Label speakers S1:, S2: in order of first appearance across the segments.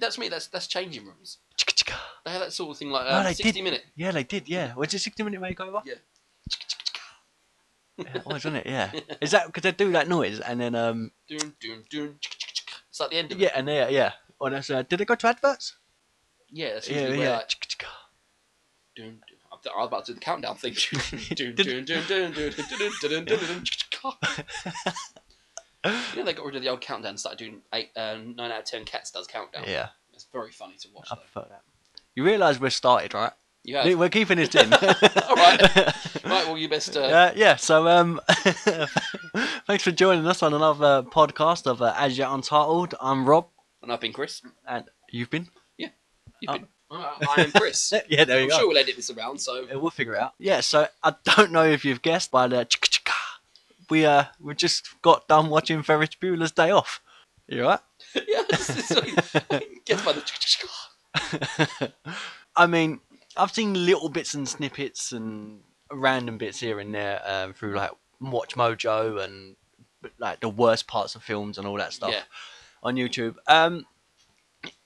S1: that's me. That's that's changing rooms.
S2: Chicka chicka.
S1: They have that sort of thing like
S2: No,
S1: uh,
S2: Oh, they
S1: sixty
S2: did.
S1: minute.
S2: Yeah, they did. Yeah, was it sixty minute makeover?
S1: Yeah.
S2: yeah it was, wasn't it? Yeah. Is that because they do that noise and then um
S1: Doom doom doom. chick, chick, chick. It's like the end of it.
S2: yeah and yeah yeah. Oh, that's uh, did they go to adverts?
S1: Yeah, that's
S2: Yeah,
S1: usually where
S2: yeah.
S1: like
S2: Chicka chicka.
S1: doom doom. I'm- I was about to do the countdown thing. Doom doom doom doom doom doom doom doom doom doom. chick, chick, chick. You know they got rid of the old countdown and started doing eight, uh, nine out of ten cats does countdown.
S2: Yeah,
S1: It's very funny to watch.
S2: I
S1: Though.
S2: prefer that. You realise we're started, right?
S1: You have.
S2: We're keeping this in.
S1: All right. Right, well, you best. Uh,
S2: Uh, yeah, so um, thanks for joining us on another podcast of uh, As Yet Untitled. I'm Rob,
S1: And I've been Chris.
S2: and you've been.
S1: You've
S2: Oh.
S1: been. Uh, I am Chris.
S2: Yeah, there you
S1: I'm
S2: go.
S1: sure we'll edit this around, so
S2: Uh, We'll figure it out. Yeah, so I don't know if you've guessed, but uh, chicka chicka, we uh, we just got done watching Ferris Bueller's Day Off. You all
S1: yeah, this is Guess by the
S2: right? I mean, I've seen little bits and snippets and random bits here and there um, through like Watch Mojo and like the worst parts of films and all that stuff.
S1: yeah.
S2: on YouTube. Um,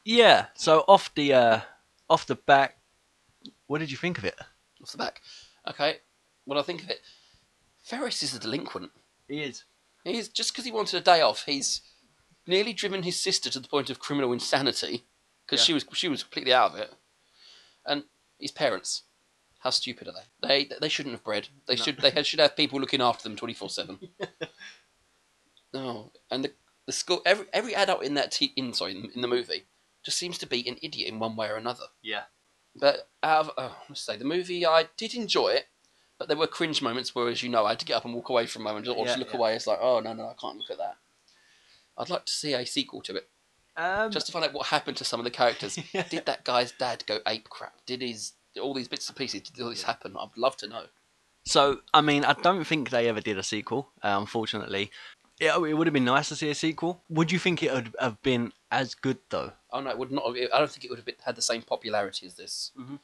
S2: yeah. So off the uh, off the back, what did you think of it?
S1: off the back. Okay, what do I think of it? Ferris is a delinquent.
S2: He is.
S1: He's just because he wanted a day off. He's nearly driven his sister to the point of criminal insanity because
S2: Yeah.
S1: she was she was completely out of it. And his parents, how stupid are they? They they shouldn't have bred. They
S2: No.
S1: should they had- should have people looking after them twenty four seven. No, and the the school every every adult in that te- in sorry in, in the movie just seems to be an idiot in one way or another.
S2: Yeah.
S1: But out of oh, let's say the movie, I did enjoy it, but there were cringe moments where, as you know, I had to get up and walk away for a moment, or
S2: Yeah,
S1: just look
S2: yeah.
S1: away. It's like, oh no, no, I can't look at that. I'd like to see a sequel to it,
S2: Um,
S1: just to find out what happened to some of the characters.
S2: Yeah.
S1: Did that guy's dad go ape crap? Did his all these bits and pieces? Did all this happen? I'd love to know.
S2: so I mean, I don't think they ever did a sequel. Uh, unfortunately, yeah, oh, it would have been nice to see a sequel. Would you think it would have been as good though?
S1: Oh no, it would not. Have, I don't think it would have been, had the same popularity as this,
S2: Mhm.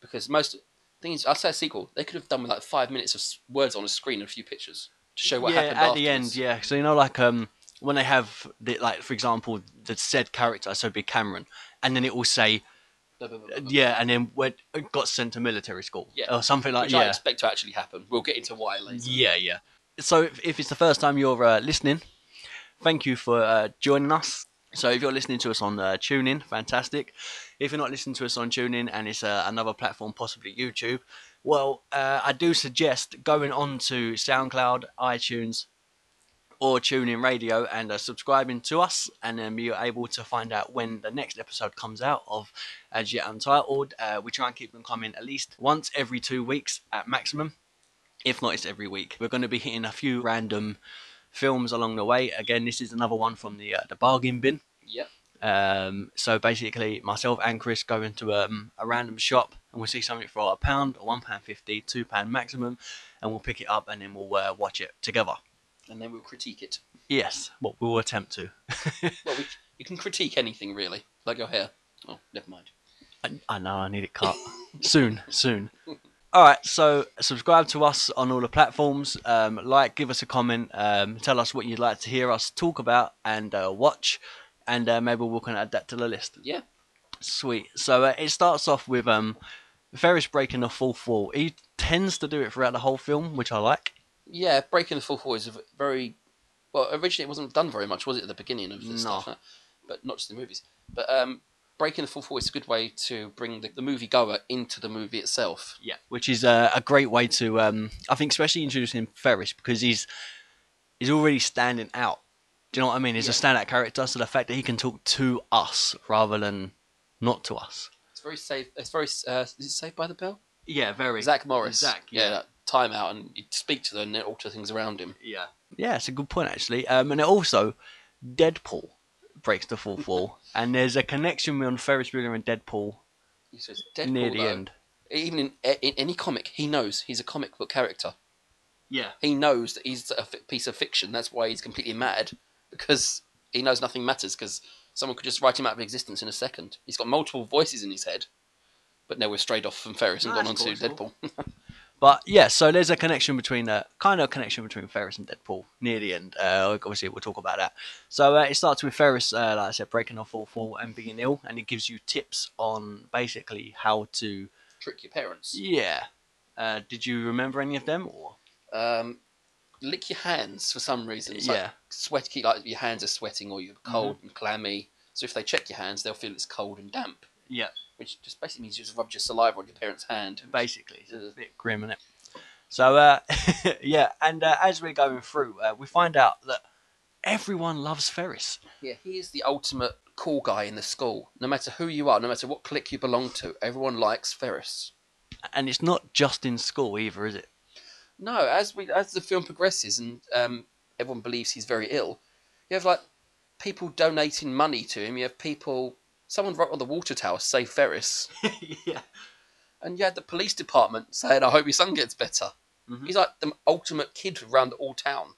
S1: because most things. I say a sequel, they could have done with like five minutes of s- words on a screen and a few pictures to show what
S2: yeah,
S1: happened
S2: at
S1: afterwards.
S2: the end, yeah. So you know, like um, when they have the, like, for example, the said character, so it'd be Cameron, and then it will say,
S1: Blah, blah, blah, blah, blah.
S2: yeah, and then went, got sent to military school,
S1: Yeah.
S2: or something like
S1: which
S2: yeah.
S1: I expect to actually happen. We'll get into why later.
S2: Yeah, yeah. So if, if it's the first time you're uh, listening, thank you for uh, joining us. So if you're listening to us on uh, TuneIn, fantastic. If you're not listening to us on TuneIn and it's uh, another platform, possibly YouTube, well, uh, I do suggest going on to SoundCloud, iTunes, or TuneIn Radio and uh, subscribing to us, and then you're able to find out when the next episode comes out of As Yet Untitled. Uh, we try and keep them coming at least once every two weeks at maximum if not it's every week we're going to be hitting a few random films along the way again this is another one from the uh, the bargain bin
S1: Yep.
S2: um, so basically myself and chris go into um, a random shop and we'll see something for a pound or one pound fifty two pound maximum and we'll pick it up and then we'll uh, watch it together
S1: And then we'll critique it.
S2: yes what we'll attempt to
S1: Well, we, you can critique anything really, like your hair. Oh, never mind.
S2: I, I know i need it cut soon soon all right so subscribe to us on all the platforms um, like give us a comment um, tell us what you'd like to hear us talk about and uh, watch and uh, maybe we can add that to the list
S1: Yeah.
S2: sweet so uh, it starts off with um, ferris breaking the fourth wall he tends to do it throughout the whole film which i like
S1: Yeah, breaking the fourth wall is a v- very well. Originally, it wasn't done very much, was it, at the beginning of this
S2: No.
S1: stuff? huh? But not just the movies. But um, breaking the fourth wall is a good way to bring the, the movie goer into the movie itself.
S2: yeah which is uh, a great way to um, i think especially introducing ferris because he's he's already standing out do you know what i mean he's a
S1: Yeah.
S2: standout character so the fact that he can talk to us rather than not to us
S1: It's very safe. It's very. Uh, is it Saved by the Bell?
S2: Yeah, very.
S1: Zach Morris.
S2: Zach, yeah.
S1: that time out and he'd speak to them and it alter things around him.
S2: Yeah. Yeah, it's a good point actually. Um, and it also, Deadpool breaks the fourth wall, and there's a connection on Ferris Bueller and Deadpool
S1: He says, Deadpool,
S2: near the
S1: though,
S2: end.
S1: even in, eh, in any comic, he knows he's a comic book character.
S2: Yeah.
S1: He knows that he's a fi- piece of fiction. That's why he's completely mad because he knows nothing matters because someone could just write him out of existence in a second. He's got multiple voices in his head. But now we've strayed off from Ferris and
S2: No,
S1: gone on
S2: Ah, that's
S1: to
S2: cool,
S1: Deadpool.
S2: But yeah, so there's a connection between uh, kind of a connection between Ferris and Deadpool near the end. Uh, obviously, we'll talk about that. So uh, it starts with Ferris, uh, like I said, breaking the fourth wall and being ill, and it gives you tips on basically how to.
S1: Trick your parents.
S2: Yeah. Uh, did you remember any of them? Or
S1: Um, lick your hands for some reason. It's like
S2: Yeah. Mm-hmm.
S1: sweat. Keep like your hands are sweating or you're cold and clammy. So if they check your hands, they'll feel it's cold and damp,
S2: yeah,
S1: which just basically means you just rubbed your saliva on your parent's hand.
S2: basically, it's
S1: Ugh.
S2: a bit grim, is it? So uh, yeah, and uh, as we're going through, uh, we find out that everyone loves Ferris.
S1: Yeah, he is the ultimate cool guy in the school. No matter who you are, no matter what clique you belong to, everyone likes Ferris.
S2: and it's not just in school either, is it?
S1: No, as we as the film progresses and um, everyone believes he's very ill, you have like people donating money to him. You have people. Someone wrote on the water tower, "Save Ferris,"
S2: yeah.
S1: and you had the police department saying, "I hope your son gets better."
S2: Mhm.
S1: He's like the ultimate kid around all town.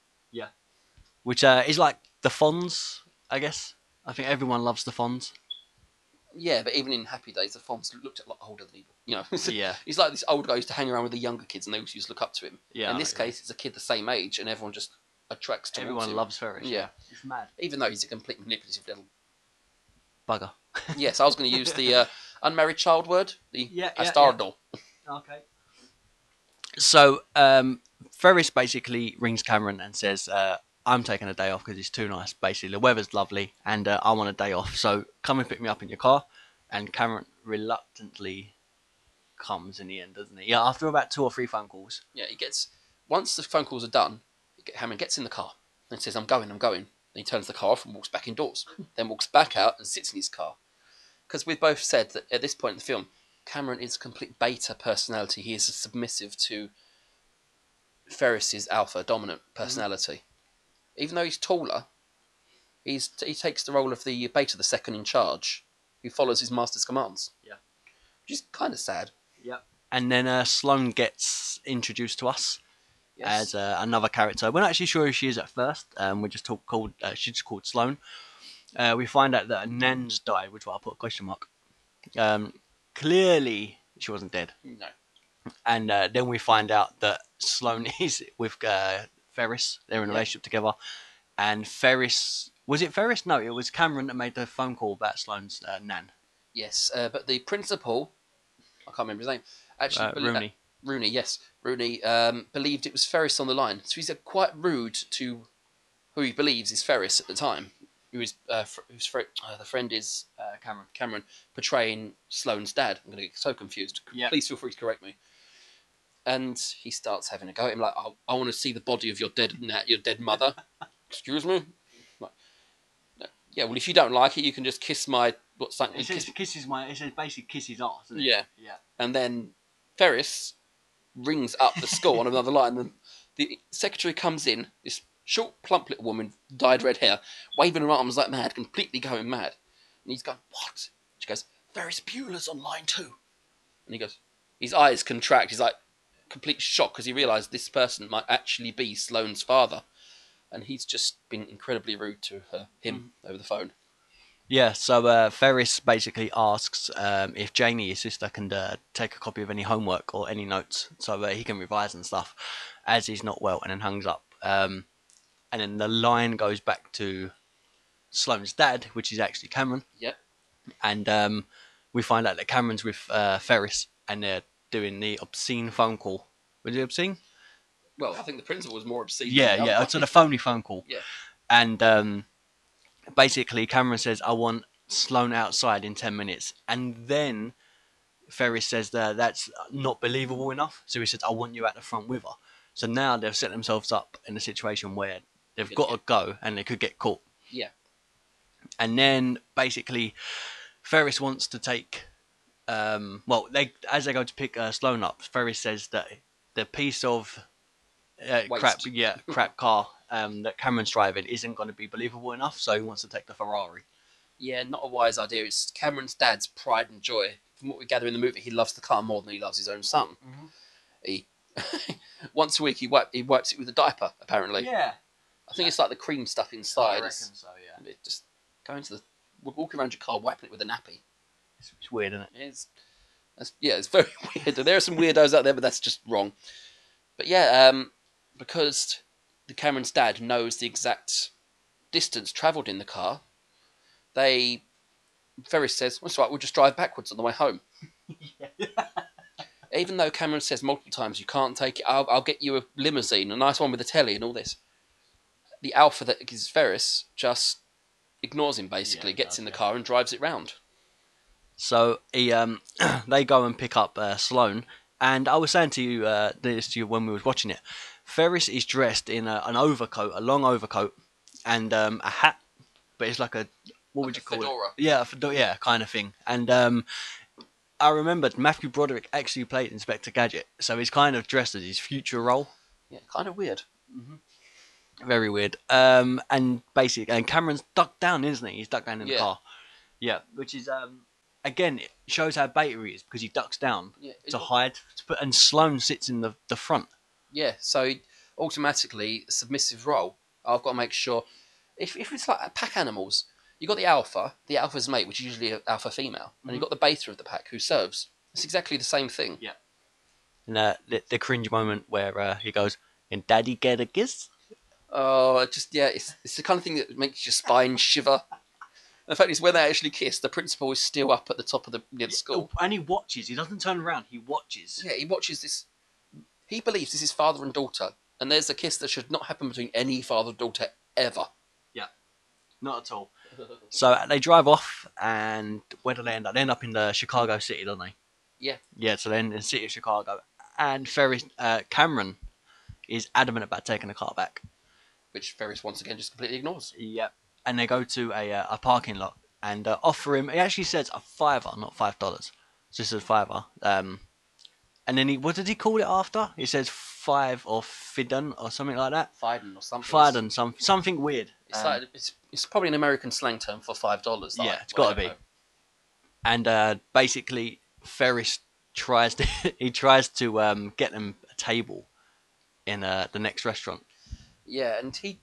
S2: Which uh, is like the Fonz, I guess. I think everyone loves the Fonz.
S1: Yeah, but even in Happy Days, the Fonz looked a lot older than he. You know,
S2: Yeah.
S1: he's like this old guy who used to hang around with the younger kids, and they used to look up to him.
S2: Yeah,
S1: in
S2: I
S1: this
S2: know.
S1: case, it's a kid the same age, and everyone just attracts to
S2: Everyone
S1: him.
S2: loves Ferris.
S1: Yeah,
S2: It's mad.
S1: even though he's a complete manipulative little
S2: Bugger.
S1: Yes, I was going to use the uh, unmarried child word, the
S2: Yeah, yeah,
S1: astardal.
S2: Okay. So um, Ferris basically rings Cameron and says, uh, "I'm taking a day off because it's too nice. Basically, the weather's lovely, and uh, I want a day off. So come and pick me up in your car." And Cameron reluctantly comes in the end, doesn't he? Yeah. After about two or three phone calls.
S1: Yeah. he gets once the phone calls are done, Hammond gets in the car and says, "I'm going, I'm going." Then he turns the car off and walks back indoors. then walks back out and sits in his car. Because we've both said that at this point in the film, Cameron is a complete beta personality. He is submissive to Ferris's alpha dominant personality. Even though he's taller, he's he takes the role of the beta, the second in charge, who follows his master's commands.
S2: Yeah.
S1: which is kind of sad.
S2: and then uh, Sloane gets introduced to us as uh, another character. We're not actually sure who she is at first. Um, we're just talk- called uh, she's just called Sloane. Uh, we find out that Nan's died, which I'll put a question mark. Um, clearly, she wasn't dead,
S1: no.
S2: and uh, then we find out that Sloane is with uh, Ferris. They're in a
S1: Yeah.
S2: relationship together, and Ferris was it Ferris? No, it was Cameron that made the phone call about Sloane's uh, Nan.
S1: Yes, uh, but the principal, I can't remember his name. Actually,
S2: Uh,
S1: belie-
S2: Rooney.
S1: uh, Rooney, yes, Rooney um, believed it was Ferris on the line, so he's uh, quite rude to who he believes is Ferris at the time, who is uh, fr- whose fr- uh, the friend is uh, Cameron. Cameron portraying Sloane's dad. I'm going to get so confused. C-
S2: Yeah.
S1: Please feel free to correct me. And he starts having a go at him, like, "I, I want to see the body of your dead, na- your dead mother." Excuse me. Like, "No. yeah. Well, if you don't like it, you can just kiss my what's that?
S2: It
S1: kiss-
S2: says kisses my. It says basically kisses ass. doesn't it?
S1: Yeah.
S2: Yeah.
S1: and then Ferris rings up the school on another line. And the secretary comes in, this short, plump little woman, dyed red hair, waving her arms like mad, completely going mad. And he's going, What? She goes, Ferris Bueller's on line two. And he goes, His eyes contract. He's like, complete shock because he realised this person might actually be Sloane's father. And he's just been incredibly rude to her, him
S2: Mm.
S1: over the phone.
S2: Yeah, so uh, Ferris basically asks um, if Janie, his sister, can uh, take a copy of any homework or any notes so that he can revise and stuff, as he's not well, and then hangs up. Um, and then the line goes back to Sloane's dad, which is actually Cameron,
S1: Yep.
S2: and um, we find out that Cameron's with uh, Ferris and they're doing the obscene phone call. Was it obscene?
S1: Well, I think the principal was more obscene. than
S2: Yeah,
S1: the
S2: yeah.
S1: other
S2: So the phony phone call.
S1: Yeah.
S2: And um, basically, Cameron says, "I want Sloan outside in ten minutes," and then Ferris says that that's not believable enough. So he says, "I want you at the front with her." So now they've set themselves up in a situation where they've
S1: Good,
S2: got to go and they could get caught.
S1: Yeah.
S2: And then basically, Ferris wants to take. Um, well, they as they go to pick uh, Sloan up, Ferris says that the piece of uh,
S1: Waste.
S2: crap, yeah, crap car um, that Cameron's driving isn't going to be believable enough, so he wants to take the Ferrari.
S1: Yeah, not a wise idea. It's Cameron's dad's pride and joy. From what we gather in the movie, he loves the car more than he loves his own son.
S2: Mhm.
S1: He once a week he, wipe, he wipes it with a diaper. Apparently,
S2: yeah,
S1: I think it's like the cream stuff inside. It's,
S2: so. Yeah,
S1: it just going to the walking around your car, wiping it with a nappy.
S2: it's, it's weird, isn't it?
S1: It's That's, yeah, it's very weird. There are some weirdos out there, but that's just wrong. But yeah, um, because the Cameron's dad knows the exact distance travelled in the car, they Ferris says, "That's right, we'll just drive backwards on the way home." Even though Cameron says multiple times, "You can't take it. I'll, I'll get you a limousine, a nice one with a telly, and all this." The alpha that is Ferris just ignores him basically,
S2: Yeah,
S1: gets in the
S2: okay.
S1: car and drives it round.
S2: So he, um, they go and pick up uh, Sloane, and I was saying to you uh, this to you when we was watching it. Ferris is dressed in a, an overcoat, a long overcoat, and um, a hat, but it's like a what would
S1: Like
S2: you
S1: a
S2: call
S1: fedora.
S2: it? Yeah, a fedora, yeah, kind of thing. And um, I remembered Matthew Broderick actually played Inspector Gadget, so he's kind of dressed as his future role.
S1: Yeah, kind of weird.
S2: Very weird. Um, and basically, and Cameron's ducked down, isn't he? He's ducked down in
S1: Yeah.
S2: the car. Yeah, which is um, again it shows how beta he is because he ducks down
S1: Yeah, it-
S2: to hide. To put, and Sloane sits in the, the front.
S1: Yeah, so automatically submissive role. I've got to make sure if, if it's like pack animals, you got the alpha, the alpha's mate, which is usually an alpha female, and you've got the beta of the pack who serves. It's exactly the same thing.
S2: Yeah. And uh, the, the cringe moment where uh, he goes, "And Daddy get a kiss."
S1: Oh, it just yeah, it's it's the kind of thing that makes your spine shiver. The fact is, when they actually kiss, the principal is still up at the top of the, near the school.
S2: And he watches. He doesn't turn around. He watches.
S1: Yeah, he watches this. He believes this is father and daughter, and there's a kiss that should not happen between any father and daughter ever.
S2: Not at all. So they drive off, and where do they end up? They end up in the Chicago city, don't they?
S1: Yeah.
S2: Yeah, so they're in the city of Chicago. And Ferris, uh, Cameron is adamant about taking the car back.
S1: Which Ferris once again just completely ignores.
S2: Yep. And they go to a, uh, a parking lot and uh, offer him, he actually says a fiver, not five dollars. So he says fiver. Um, and then he, what did he call it after? He says five or fidden or something like that.
S1: Fiden or something.
S2: Fidden, some, something weird.
S1: It's,
S2: Um,
S1: like, it's, it's probably an American slang term for five dollars.
S2: Yeah, it's gotta be. and uh, basically Ferris tries to he tries to um, get them a table in uh, the next restaurant.
S1: Yeah, and he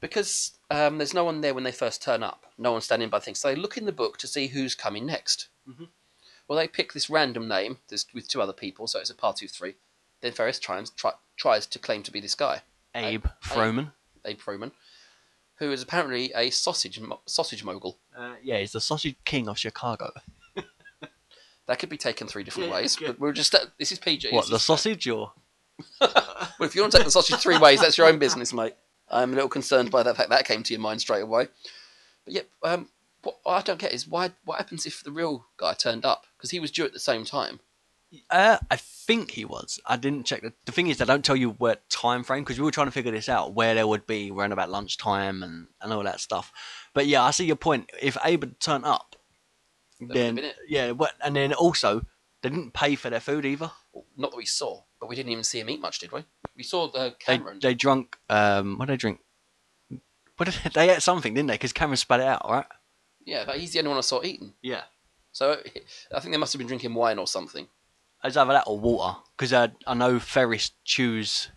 S1: because um, there's no one there when they first turn up. No one standing by things. So they look in the book to see who's coming next.
S2: Mhm.
S1: Well, they pick this random name this, with two other people, so it's a party of three. Then Ferris tries try, tries to claim to be this guy,
S2: Abe Froman.
S1: Abe Froman, who is apparently a sausage mo- sausage mogul.
S2: Uh, yeah, he's the sausage king of Chicago.
S1: That could be taken three different
S2: Yeah,
S1: ways,
S2: okay.
S1: but we're just uh, this is PG.
S2: What
S1: this
S2: the
S1: is-
S2: sausage or?
S1: Well, if you want to take the sausage three ways, that's your own business, mate. I'm a little concerned by that fact that came to your mind straight away. But yeah, um, what I don't get is why. What happens if the real guy turned up? Because he was due at the same time.
S2: Uh, I think he was. I didn't check. The, the thing is, they don't tell you what time frame because we were trying to figure this out where there would be around about lunchtime and, and all that stuff. But yeah, I see your point. If Abe had turned up,
S1: would've
S2: then
S1: been it.
S2: yeah, what, and then also they didn't pay for their food either.
S1: Not that we saw, but we didn't even see him eat much, did we? We saw the
S2: they,
S1: Cameron.
S2: they drunk. Um, what did they drink? What did they, they ate something, didn't they? Because Cameron spat it out, right?
S1: yeah, but he's the only one I saw eating.
S2: Yeah.
S1: So I think they must have been drinking wine or something.
S2: It's either that or water. Because I, I know Ferris chews.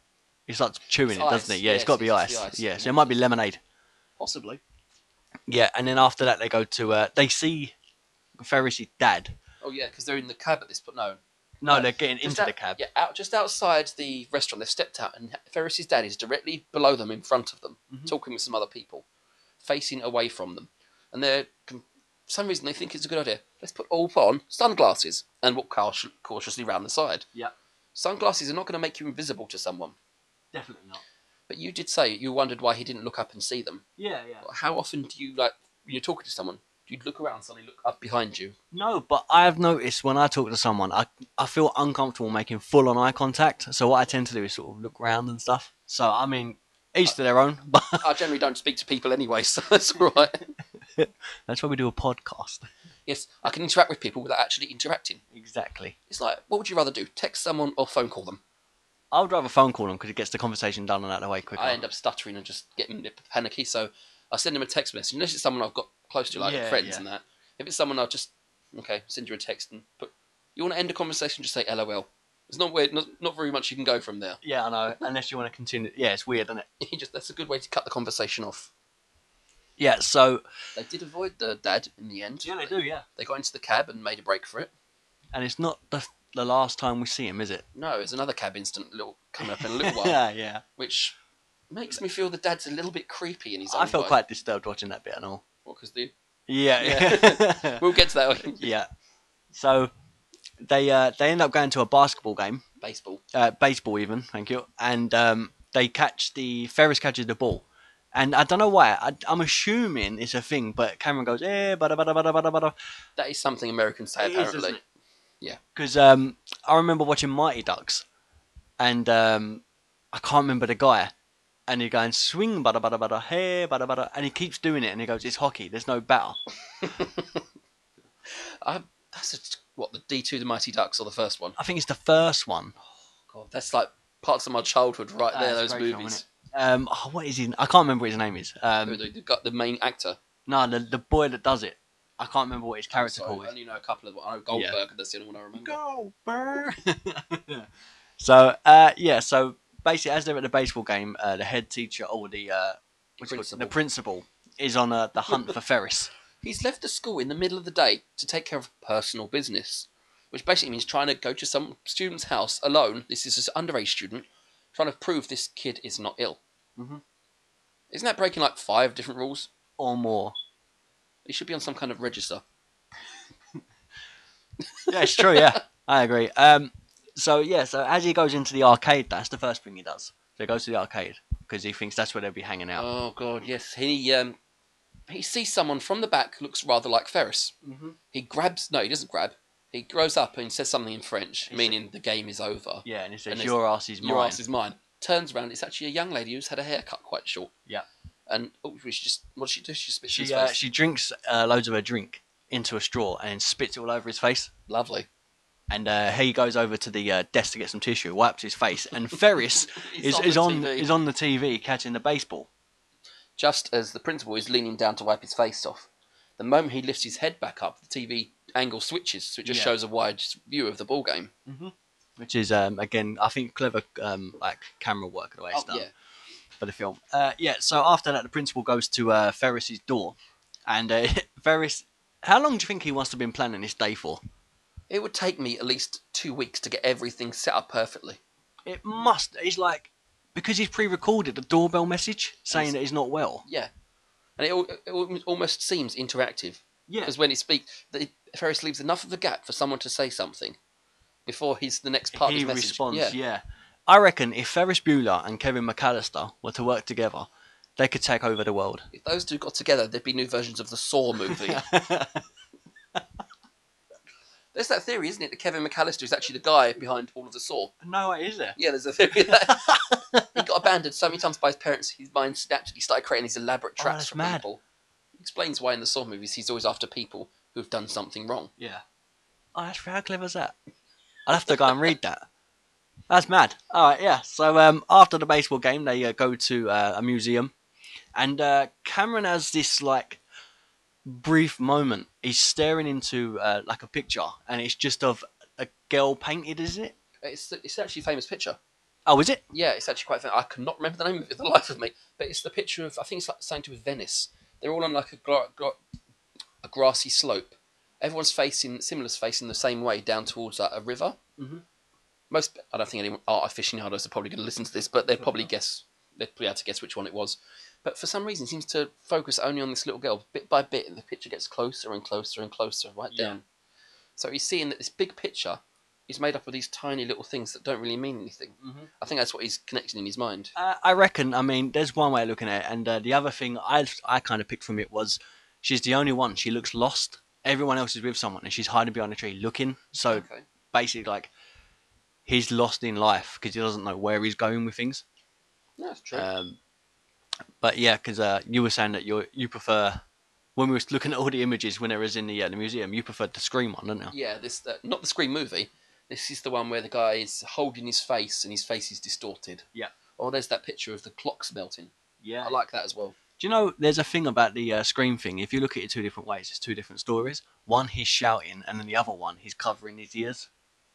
S2: It's like chewing
S1: It's
S2: it, doesn't
S1: ice,
S2: it? Yeah,
S1: yes,
S2: it's got to be
S1: it's just
S2: ice.
S1: the ice,
S2: Yeah, so
S1: yeah.
S2: it might be lemonade.
S1: Possibly.
S2: Yeah, and then after that they go to. Uh, they see Ferris's dad.
S1: Oh yeah, because they're in the cab at this point. No,
S2: No,
S1: Uh,
S2: they're getting
S1: Just
S2: into the
S1: out-
S2: cab.
S1: Yeah, out just outside the restaurant. They've stepped out, and Ferris's dad is directly below them, in front of them,
S2: Mm-hmm.
S1: talking with some other people, facing away from them. And they're com- for some reason they think it's a good idea. Let's put all on sunglasses and walk cautio- cautiously round the side.
S2: Yeah.
S1: Sunglasses are not going to make you invisible to someone.
S2: Definitely not.
S1: But you did say you wondered why he didn't look up and see them.
S2: Yeah, yeah.
S1: How often do you like when you're talking to someone? Do you look around suddenly look up behind you?
S2: No, but I have noticed when I talk to someone, I, I feel uncomfortable making full on eye contact. So what I tend to do is sort of look round and stuff. So I mean, each to their own. But
S1: I generally don't speak to people anyway, so that's all right.
S2: that's why we do a podcast.
S1: Yes, I can interact with people without actually interacting.
S2: Exactly.
S1: It's like, what would you rather do? Text someone or phone call them?
S2: I would rather phone call them because it gets the conversation done and out of the way quicker.
S1: I end up stuttering and just getting a bit panicky, so I send them a text message. Unless it's someone I've got close to, like
S2: Yeah,
S1: friends
S2: yeah.
S1: and that. If it's someone I'll just, okay, send you a text and put, you want to end a conversation, just say LOL. It's not weird, not, not very much you can go from there.
S2: Yeah, I know. Unless you want to continue. Yeah, it's weird, isn't it?
S1: You just That's a good way to cut the conversation off.
S2: Yeah. So.
S1: They did avoid the dad in the end.
S2: Yeah, they do. Yeah.
S1: They got into the cab and made a break for it.
S2: and it's not the the last time we see him, is it?
S1: No, it's another cab incident little coming up in a little while,
S2: yeah, yeah.
S1: which makes me feel the dad's a little bit creepy in his own
S2: I felt
S1: way.
S2: quite disturbed watching that bit and all.
S1: Well, 'cause the,
S2: Yeah, yeah.
S1: we'll get to that. one.
S2: So they uh, they end up going to a basketball game,
S1: Baseball.
S2: uh, baseball even, thank you, and um, they catch the Ferris catches the ball. And I don't know why. I, I'm assuming it's a thing, but Cameron goes, eh, bada bada bada bada bada.
S1: That is something Americans say,
S2: It is,
S1: apparently.
S2: isn't it?
S1: Yeah.
S2: Because um, I remember watching Mighty Ducks, and um, I can't remember the guy. And he's going swing, bada bada bada, hey, bada bada, and he keeps doing it. And he goes, "It's hockey. There's no better."
S1: I, that's a, what the D two the Mighty Ducks or the first one.
S2: I think it's the first one.
S1: God, that's like parts of my childhood right there.
S2: That's
S1: Those
S2: a great film,
S1: movies.
S2: Um, oh, what is his? I can't remember what his name is. Um,
S1: the, the, the main actor.
S2: no, the, the boy that does it. I can't remember what his character
S1: Sorry, I
S2: called is.
S1: only know a couple of. I know Goldberg. That's the only one I remember.
S2: Go, so, uh, yeah. So basically, as they're at the baseball game, uh, the head teacher or the uh, what's it called? the
S1: Principal.
S2: principal is on uh, the hunt for Ferris.
S1: He's left the school in the middle of the day to take care of personal business, which basically means trying to go to some student's house alone. This is an underage student trying to prove this kid is not ill.
S2: Mhm.
S1: Isn't that breaking like five different rules?
S2: or more.
S1: He should be on some kind of register.
S2: Yeah, it's true. Yeah, I agree. Um, so yeah, so as he goes into the arcade, that's the first thing he does. So he goes to the arcade because he thinks that's where they'll be hanging out.
S1: Oh God, yes. He um, he sees someone from the back looks rather like Ferris.
S2: Mhm.
S1: He grabs. No, he doesn't grab. He grows up and says something in French,
S2: He
S1: meaning the game is over.
S2: yeah, and he says
S1: and it's-
S2: your ass is mine.
S1: Your ass is mine. Turns around. It's actually a young lady who's had a haircut quite short.
S2: Yeah.
S1: And oh, she just what did she do? She spits in
S2: she
S1: his
S2: uh,
S1: face.
S2: she drinks uh, loads of her drink into a straw and spits it all over his face.
S1: Lovely.
S2: And uh, he goes over to the uh, desk to get some tissue, wipes his face, and Ferris is, is on
S1: the TV.
S2: is on the TV catching the baseball.
S1: Just as the principal is leaning down to wipe his face off, the moment he lifts his head back up, the TV angle switches, so it just
S2: Yeah.
S1: shows a wide view of the ball game.
S2: Which is um, again, I think clever um, like camera work the way it's
S1: Oh,
S2: done.
S1: yeah.
S2: for the film. Uh, yeah, so after that, the principal goes to uh, Ferris's door, and uh, Ferris, how long do you think he must have been planning this day for?
S1: It would take me at least two weeks to get everything set up perfectly.
S2: It must. He's like, because he's pre-recorded a doorbell message saying that he's not well.
S1: Yeah, and it, al- it al- almost seems interactive
S2: Yeah,
S1: because when he speaks, the, Ferris leaves enough of a gap for someone to say something before he's the next part
S2: he
S1: of his message.
S2: responds. Yeah.
S1: yeah.
S2: I reckon if Ferris Bueller and Kevin McAllister were to work together, they could take over the world.
S1: if those two got together, there'd be new versions of the Saw movie. There's that theory, isn't it, that Kevin McAllister is actually the guy behind all of the Saw.
S2: no, it is there.
S1: Yeah, there's a theory of that he got abandoned so many times by his parents, his mind naturally started creating these elaborate
S2: Oh,
S1: traps
S2: that's
S1: for
S2: mad.
S1: people. explains why in the Saw movies he's always after people who've done something wrong.
S2: Yeah. Oh, that's how clever is that? I'll have to go and read that. That's mad. All right, yeah. So um, after the baseball game, they uh, go to uh, a museum, and uh, Cameron has this like brief moment. He's staring into uh, like a picture, and it's just of a girl painted. Is it?
S1: It's it's actually a famous picture.
S2: Oh, is it?
S1: Yeah, it's actually quite famous. I cannot remember the name of it for the life of me, but it's the picture of I think it's like something to do with Venice. They're all on like a gra- gra- a grassy slope. Everyone's facing similar's facing the same way down towards like, a river.
S2: Mhm.
S1: Most I don't think any art aficionados are probably going to listen to this, but they'd probably guess they'd be able to guess which one it was. But for some reason, it seems to focus only on this little girl. Bit by bit, and the picture gets closer and closer and closer, right
S2: Yeah.
S1: down. So he's seeing that this big picture is made up of these tiny little things that don't really mean anything.
S2: Mhm.
S1: I think that's what he's connecting in his mind.
S2: Uh, I reckon. I mean, there's one way of looking at it, and uh, the other thing I I kind of picked from it was she's the only one. She looks lost. Everyone else is with someone, and she's hiding behind a tree looking. So
S1: Okay.
S2: basically like he's lost in life because he doesn't know where he's going with things.
S1: That's true.
S2: Um, but yeah, because uh, you were saying that you you prefer when we were looking at all the images when it was in the, uh, the museum, you preferred the screen one, didn't you?
S1: yeah, this uh, not the Scream movie. This is the one where the guy is holding his face and his face is distorted.
S2: Yeah.
S1: Oh, there's that picture of the clocks melting.
S2: Yeah.
S1: I like that as well.
S2: Do you know there's a thing about the uh, screen thing? If you look at it two different ways, it's two different stories. One he's shouting, and then the other one he's covering his ears,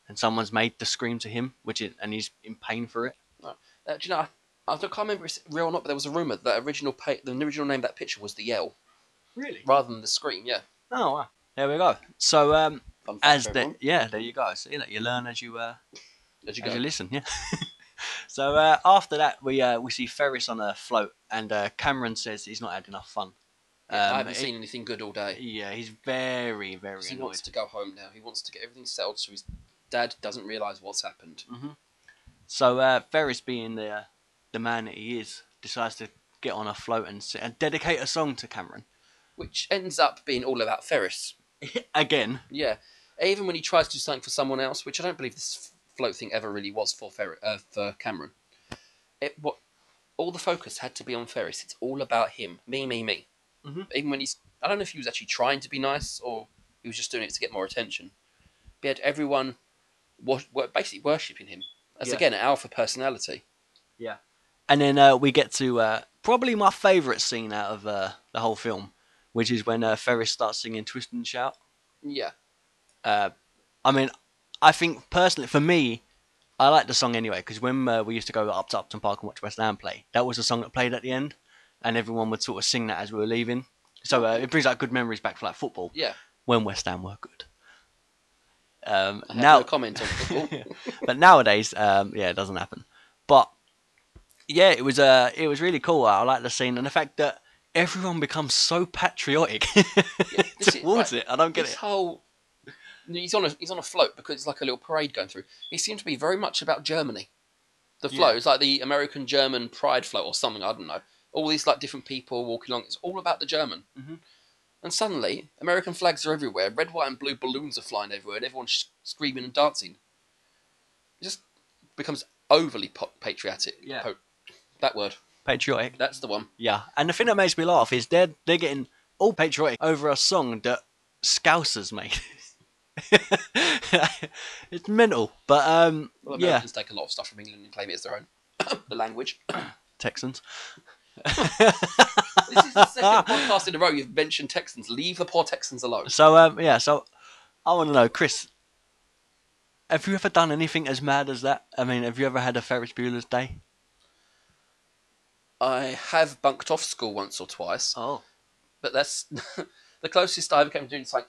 S2: and someone's made the scream to him, which is and he's in pain for it.
S1: Uh, do you know? I, I can't remember if it's real or not, but there was a rumor that original pa- the original name of that picture was the Yell
S2: Really?
S1: rather than the Scream. Yeah.
S2: Oh wow. There we go. So um,
S1: Fun fact
S2: as
S1: for
S2: the,
S1: everyone.
S2: yeah, there you go. So you know, you learn as you uh,
S1: As you
S2: as
S1: go. Um,
S2: you listen. Yeah. so uh, after that, we uh, we see Ferris on a float, and uh, Cameron says he's not had enough fun.
S1: Yeah, I
S2: Um,
S1: haven't
S2: he-
S1: seen anything good all day.
S2: Yeah, he's very very
S1: 'Cause He
S2: annoyed.
S1: wants to go home now. He wants to get everything settled so his dad doesn't realise what's happened.
S2: So uh, Ferris, being the the man that he is, decides to get on a float and, s- and dedicate a song to Cameron
S1: Which ends up being all about Ferris.
S2: again.
S1: Yeah. Even when he tries to do something for someone else, which I don't believe this f- float thing ever really was for Fer- uh, for Cameron. It what all the focus had to be on Ferris. It's all about him, me, me, me.
S2: Mhm.
S1: Even when he's, I don't know if he was actually trying to be nice or he was just doing it to get more attention. But he had everyone, wa- wa- basically worshiping him. That's
S2: Yeah.
S1: again an alpha personality.
S2: And then uh, we get to uh, probably my favourite scene out of uh, the whole film, which is when uh, Ferris starts singing "Twist and Shout."
S1: Yeah.
S2: uh, I mean, I think personally for me, I like the song anyway because when uh, we used to go up to Upton Park and watch West Ham play, that was the song that played at the end, and everyone would sort of sing that as we were leaving. So uh, it brings like good memories back for like football
S1: Yeah.
S2: when West Ham were good. Um,
S1: I have
S2: now,
S1: no comment on football.
S2: but nowadays, um, yeah, it doesn't happen. But yeah, it was uh, it was really cool. I like the scene and the fact that everyone becomes so patriotic
S1: this is-
S2: towards
S1: right,
S2: it. I don't get
S1: this
S2: it.
S1: whole he's on a he's on a float because it's like a little parade going through. He seemed to be very much about Germany. The float
S2: Yeah.
S1: is like the American German Pride float or something. I don't know. All these like different people walking along. It's all about the German.
S2: Mhm.
S1: And suddenly, American flags are everywhere. Red, white, and blue balloons are flying everywhere, and everyone's sh- screaming and dancing. It just becomes overly po- patriotic.
S2: Yeah.
S1: Po- that word.
S2: Patriotic.
S1: That's the one.
S2: Yeah, and the thing that makes me laugh is they're they're getting all patriotic over a song that Scousers made. it's mental, but um,
S1: Well,
S2: yeah,
S1: Americans take a lot of stuff from England and claim it as their own. the language.
S2: Texans.
S1: This is the second podcast in a row you've mentioned Texans. Leave the poor Texans alone.
S2: So um, yeah, so I want to know, Chris, have you ever done anything as mad as that? I mean, have you ever had a Ferris Bueller's Day?
S1: I have bunked off school once or twice,
S2: Oh,
S1: but that's the closest I ever came to doing something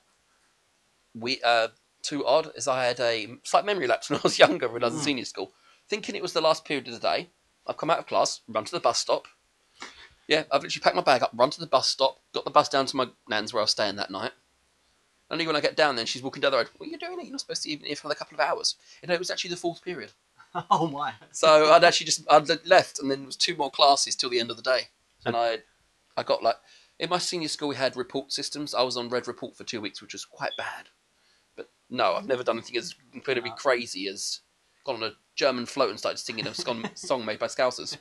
S1: we uh, too odd is I had a slight memory lapse when I was younger when I was in senior school, thinking it was the last period of the day. I've come out of class, run to the bus stop. Yeah, I've literally packed my bag up, run to the bus stop, got the bus down to my nan's where I was staying that night. Only when I get down, then she's walking down the road. What are you doing? here? You're not supposed to be here for another couple of hours. And it was actually the fourth period.
S2: oh my!
S1: So I'd actually just I'd le- left, and then there was two more classes till the end of the day, and I I got like in my senior school we had report systems. I was on red report for two weeks, which was quite bad. But no, I've never done anything as incredibly crazy as gone on a German float and started singing a scon- song made by Scousers.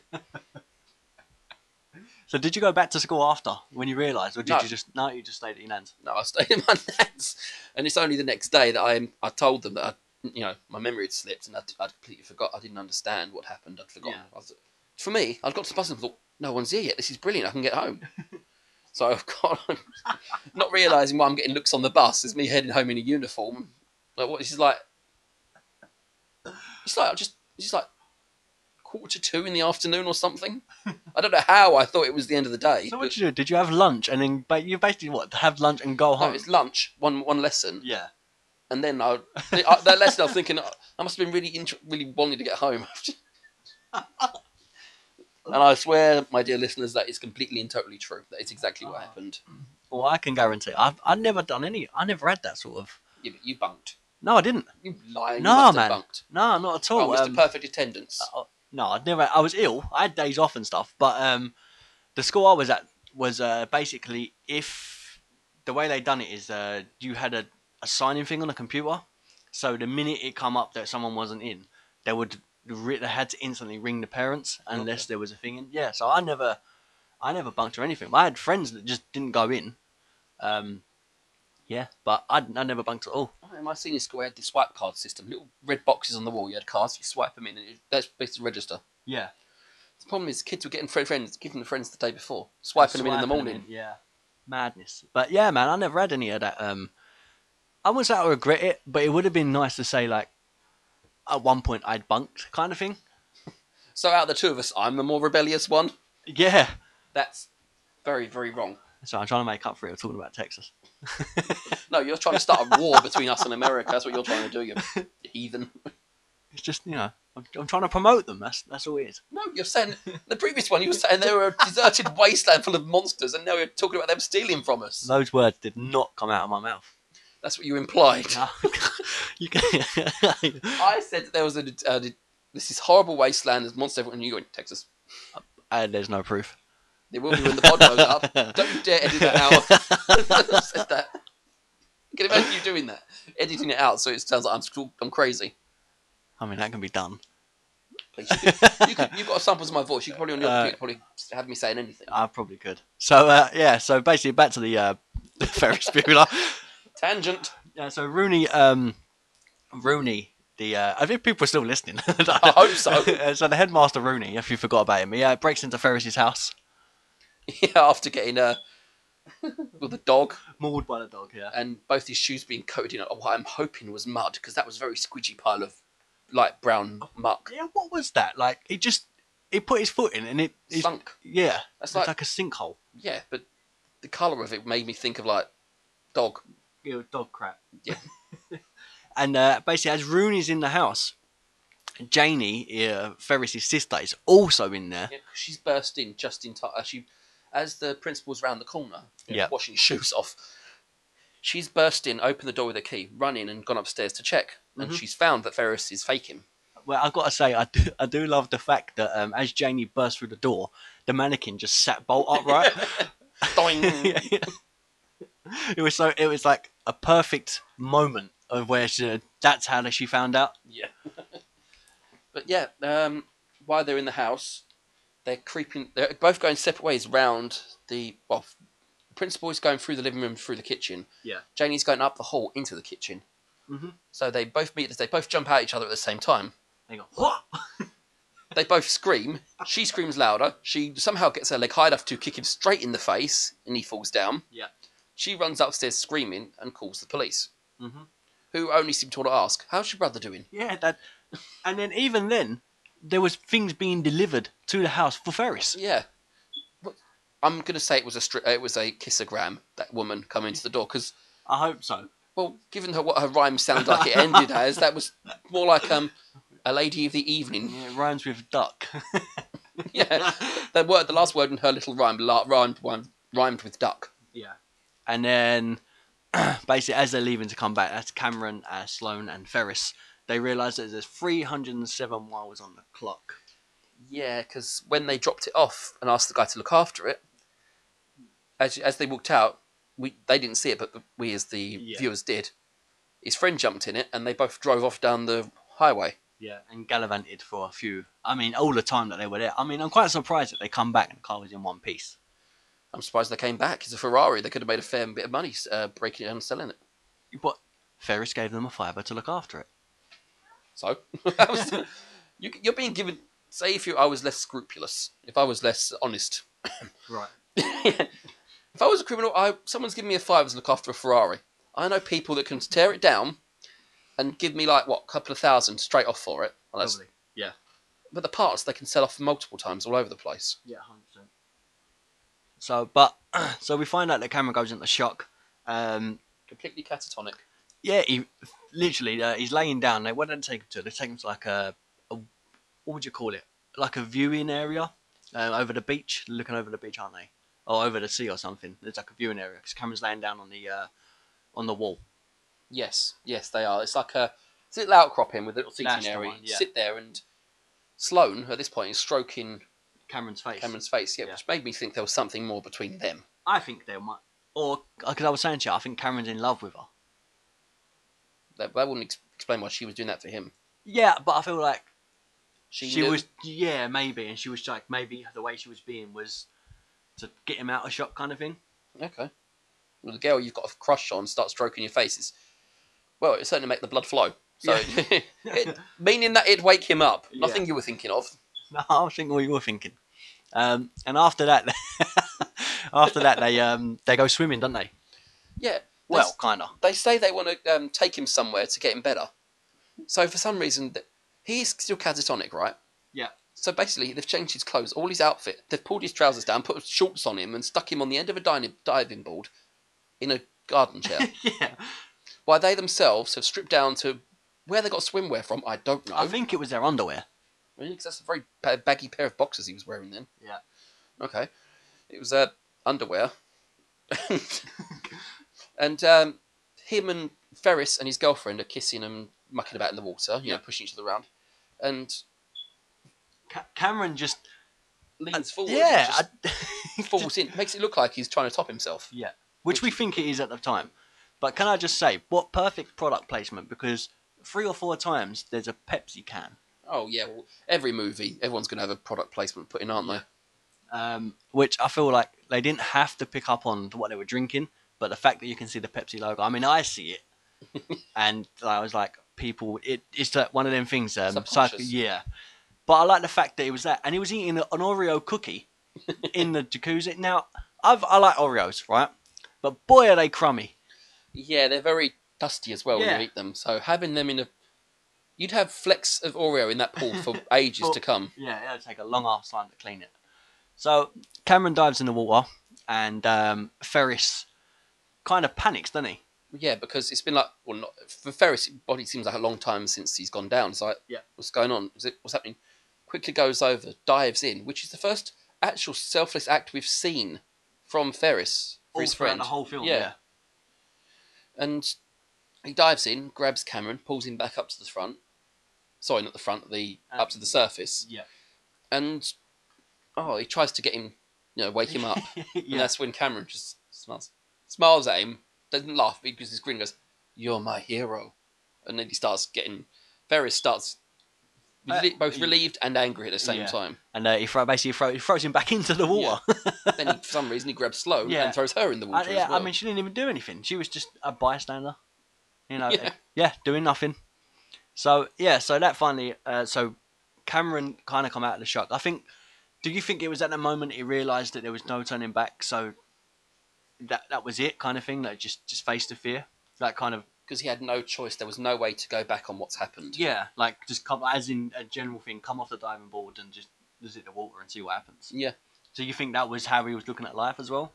S2: So did you go back to school after when you realised, or did
S1: No.
S2: you just no, you just stayed at your nan's?
S1: No, I stayed in my nan's, and it's only the next day that I I told them that I, you know my memory had slipped and I'd, I'd completely forgot. I didn't understand what happened. I'd forgotten.
S2: Yeah.
S1: I was, for me, I'd got to the bus and thought, no one's here yet. This is brilliant. I can get home. so I've got not realizing why I'm getting looks on the bus is me heading home in a uniform. Like what? This is like it's like I just it's like quarter to two in the afternoon or something. I don't know how I thought it was the end of the day.
S2: So
S1: but-
S2: what did you do? Did you have lunch and then ba- you basically what have lunch and go
S1: no,
S2: home?
S1: it's lunch, one one lesson.
S2: yeah.
S1: and then I, I that lesson I was thinking I must have been really inter- really wanting to get home. and I swear, my dear listeners, that is completely and totally true. That is exactly
S2: Oh.
S1: what happened.
S2: Well, I can guarantee. I've I've never done any. I never had that sort of.
S1: You, you bunked.
S2: No, I didn't.
S1: You lying.
S2: No,
S1: you must
S2: man.
S1: Have bunked.
S2: No, not at all.
S1: oh, Mr.
S2: Um,
S1: Perfect Attendance.
S2: no, I'd never. I was ill. I had days off and stuff. But um, the school I was at was uh, basically if the way they done it is uh, you had a, a signing thing on a computer, so the minute it come up that someone wasn't in, they would re- they had to instantly ring the parents unless there was a thing in. Yeah, so I never, I never bunked or anything. I had friends that just didn't go in. Um, yeah, but I, I never bunked at all.
S1: In my senior school, we had the swipe card system. Little red boxes on the wall. You had cards. You swipe them in, and it, that's basically register.
S2: Yeah,
S1: The problem is, kids were getting fri- friends, giving the friends the day before, swiping them in in the
S2: Swiping 'em
S1: morning.
S2: Yeah, madness. But yeah, man, I never had any of that. Um, I wouldn't say I regret it, but it would have been nice to say like, at one point I'd bunked kind of thing.
S1: So out of the two of us, I'm the more rebellious one.
S2: Yeah.
S1: That's very very wrong.
S2: So I'm trying to make up for it. We're talking about Texas.
S1: No, you're trying to start a war between us and America. That's what you're trying to do, you heathen.
S2: It's just you know, I'm, I'm trying to promote them. That's that's all it is.
S1: No, you're saying the previous one. You were saying they were a deserted wasteland full of monsters, and now you're talking about them stealing from us.
S2: Those words did not come out of my mouth.
S1: That's what you implied.
S2: No. you can.
S1: I said that there was a. Uh, this is horrible wasteland. There's monsters everywhere. And you went Texas.
S2: and Uh, there's no proof.
S1: They will be when the pod goes up. Don't you dare edit that out. I said that. I can imagine you doing that, editing it out so it sounds like I'm sc- I'm crazy.
S2: I mean, that can be done.
S1: Please, you could, you could, you've got samples of my voice. You could probably on your
S2: Uh,
S1: computer probably have me saying anything.
S2: I probably could. So uh, yeah, so basically back to the uh, Ferris Bueller.
S1: Tangent.
S2: Yeah, so Rooney, um, Rooney, the uh, I think people are still listening. I
S1: hope so.
S2: so the headmaster Rooney, if you forgot about him, he uh, breaks into Ferris's house,
S1: Yeah, after getting uh, with the dog
S2: mauled by the dog. Yeah,
S1: and both his shoes being coated in what I'm hoping was mud because that was a very squidgy pile of light brown muck.
S2: yeah. What was that? Like he just he put his foot in and it it's-
S1: Sunk.
S2: Yeah,
S1: That's
S2: it's
S1: like-
S2: like, a sinkhole.
S1: Yeah, but the colour of it made me think of like dog.
S2: Yeah, dog crap.
S1: Yeah.
S2: and uh, basically, as Rooney's in the house, Janie, uh, Ferris's sister, is also in there.
S1: Yeah, 'cause she's burst in just in time. She, as the principal's round the corner,
S2: Yeah.
S1: washing his shoes off, she's burst in, opened the door with a key, run in, and gone upstairs to check. And she's found that Ferris is faking.
S2: Well, I've got to say, I do, I do love the fact that um, as Janie burst through the door, the mannequin just sat bolt upright.
S1: Doing.
S2: it was so. It was like a perfect moment of where she, that's how that she found out.
S1: Yeah. but yeah, um, while they're in the house, they're creeping. They're both going separate ways round the. Well, the principal is going through the living room, through the kitchen.
S2: Yeah.
S1: Janie's going up the hall into the kitchen.
S2: Mhm.
S1: So they both meet. They both jump out at each other at the same time.
S2: They go, what?
S1: They both scream. She screams louder. She somehow gets her leg high enough to kick him straight in the face, and he falls down.
S2: Yeah.
S1: She runs upstairs screaming and calls the police,
S2: Mhm.
S1: who only seem to want to ask, "How's your brother doing?"
S2: Yeah, that. And then even then, there was things being delivered to the house for Ferris.
S1: Yeah. What- I'm gonna say it was a stri- it was a kissogram. That woman coming to the door because
S2: I hope so.
S1: well, given her what her rhyme sounded like, it ended as that was more like um a lady of the evening.
S2: Yeah, it rhymes with duck.
S1: Yeah, that word the last word in her little rhyme la- rhymed one rhymed with duck.
S2: yeah. And then, basically, as they're leaving to come back, that's Cameron, uh, Sloan, and Ferris. They realise that there's 307 miles on the clock.
S1: Yeah, because when they dropped it off and asked the guy to look after it, as as they walked out, we they didn't see it, but the, we as the
S2: Yeah.
S1: viewers did. His friend jumped in it, and they both drove off down the highway.
S2: Yeah. And gallivanted for a few. I mean, all the time that they were there. I mean, I'm quite surprised that they come back and the car was in one piece.
S1: I'm surprised they came back. It's a Ferrari. They could have made a fair bit of money uh, breaking it down and selling it.
S2: But Ferris gave them a fiver to look after it.
S1: So that was- you, you're being given. Say if you, I was less scrupulous, if I was less honest,
S2: Right.
S1: if I was a criminal, I someone's giving me a fiver to look after a Ferrari. I know people that can tear it down and give me like what a couple of thousand straight off for it. Well, that's-
S2: Lovely. Yeah.
S1: but the parts they can sell off multiple times all over the place.
S2: Yeah, hundred percent. So, but so we find out that Cameron goes into shock. Um,
S1: Completely catatonic.
S2: yeah, he literally uh, he's laying down. They where did they take him to? They take him to like a, a what would you call it? Like a viewing area um, over the beach, looking over the beach, aren't they? Or over the sea or something. There's like a viewing area because Cameron's laying down on the uh, on the wall.
S1: Yes, yes, they are. It's like a it's a little outcropping with a little seating
S2: That's the
S1: area.
S2: one,
S1: You
S2: yeah.
S1: Sit there and Sloane at this point is stroking
S2: Cameron's face.
S1: Cameron's face, yeah,
S2: Yeah.
S1: which made me think there was something more between them.
S2: I think they might. Or because I was saying to you, I think Cameron's in love with her.
S1: That, that wouldn't ex- explain why she was doing that for him.
S2: Yeah, but I feel like
S1: She,
S2: she,
S1: knew-
S2: was yeah maybe and she was like maybe the way she was being was to get him out of shock kind of thing
S1: okay. Well, the girl you've got a crush on starts stroking your faces. Well, it certainly make the blood flow. So, it, meaning that it'd wake him up.
S2: Yeah.
S1: Nothing you were thinking of.
S2: no i was thinking what you were thinking um, and after that after that they um they go swimming don't they
S1: Yeah.
S2: well kind of
S1: they say they want to um, take him somewhere to get him better. So for some reason, th- he's still catatonic, right?
S2: Yeah.
S1: So basically, they've changed his clothes, all his outfit. They've pulled his trousers down, put shorts on him, and stuck him on the end of a dining, diving board in a garden chair.
S2: yeah.
S1: While they themselves have stripped down to where they got swimwear from, I don't know.
S2: I think it was their underwear.
S1: Really? 'Cause that's a very ba- baggy pair of boxers he was wearing then.
S2: Yeah.
S1: Okay. It was uh, underwear. and um, him and Ferris and his girlfriend are kissing and mucking about in the water, you know, pushing each other around. And
S2: Ca- Cameron just
S1: leans forward
S2: yeah,
S1: and
S2: I-
S1: just falls in. Makes it look like he's trying to top himself.
S2: which we think it is at the time. But can I just say, what perfect product placement? Because three or four times there's a Pepsi can,
S1: Oh, yeah. Well, every movie, everyone's going to have a product placement put in, aren't they?
S2: um, which I feel like they didn't have to pick up on what they were drinking, but the fact that you can see the Pepsi logo, I mean, I see it, and I was like, people, it, it's like one of them things. Um, psych-
S1: Subconscious.
S2: yeah, but I like the fact that it was that, and he was eating an Oreo cookie in the jacuzzi. Now, I've I like Oreos, right? But boy, are they crummy.
S1: Yeah, they're very dusty as well when
S2: Yeah.
S1: you eat them. So having them in a. You'd have flecks of Oreo in that pool for ages
S2: For-
S1: to come.
S2: Yeah, it'll take a long ass time to clean it. So Cameron dives in the water, and um, Ferris kind of panics, doesn't he?
S1: Yeah, because it's been like well, not, for Ferris, it body seems like a long time since he's gone down. It's like,
S2: Yeah.
S1: what's going on? Is it what's happening? Quickly goes over, dives in, which is the first actual selfless act we've seen from Ferris for his friend,
S2: the whole film.
S1: Yeah.
S2: Yeah.
S1: and he dives in, grabs Cameron, pulls him back up to the front. Sorry, not the front, the up
S2: Uh,
S1: to the surface,
S2: Yeah.
S1: and oh, he tries to get him, you know, wake him up. And
S2: yeah.
S1: that's when Cameron just smiles, smiles at him, doesn't laugh because his grin goes, "You're my hero," and then he starts getting. Ferris starts
S2: Uh,
S1: reli- both
S2: he-
S1: relieved and angry at the same
S2: Yeah.
S1: time.
S2: And uh, he throw, basically throw, he throws him back into the water. Yeah,
S1: then he, for some reason he grabs Sloane
S2: Yeah. Uh,
S1: and throws her in the water.
S2: yeah
S1: as well.
S2: I mean, she didn't even do anything. She was just a bystander. You know,
S1: Yeah.
S2: yeah, doing nothing. So yeah, so that finally, uh, so Cameron kind of come out of the shock. I think. Do you think it was at the moment he realised that there was no turning back? So that that was it, kind of thing. Like just just face the fear. That kind of
S1: because he had no choice. There was no way to go back on what's happened.
S2: yeah, like just come as in a general thing. Come off the diving board and just visit the water and see what happens.
S1: Yeah.
S2: So you think that was how he was looking at life as well?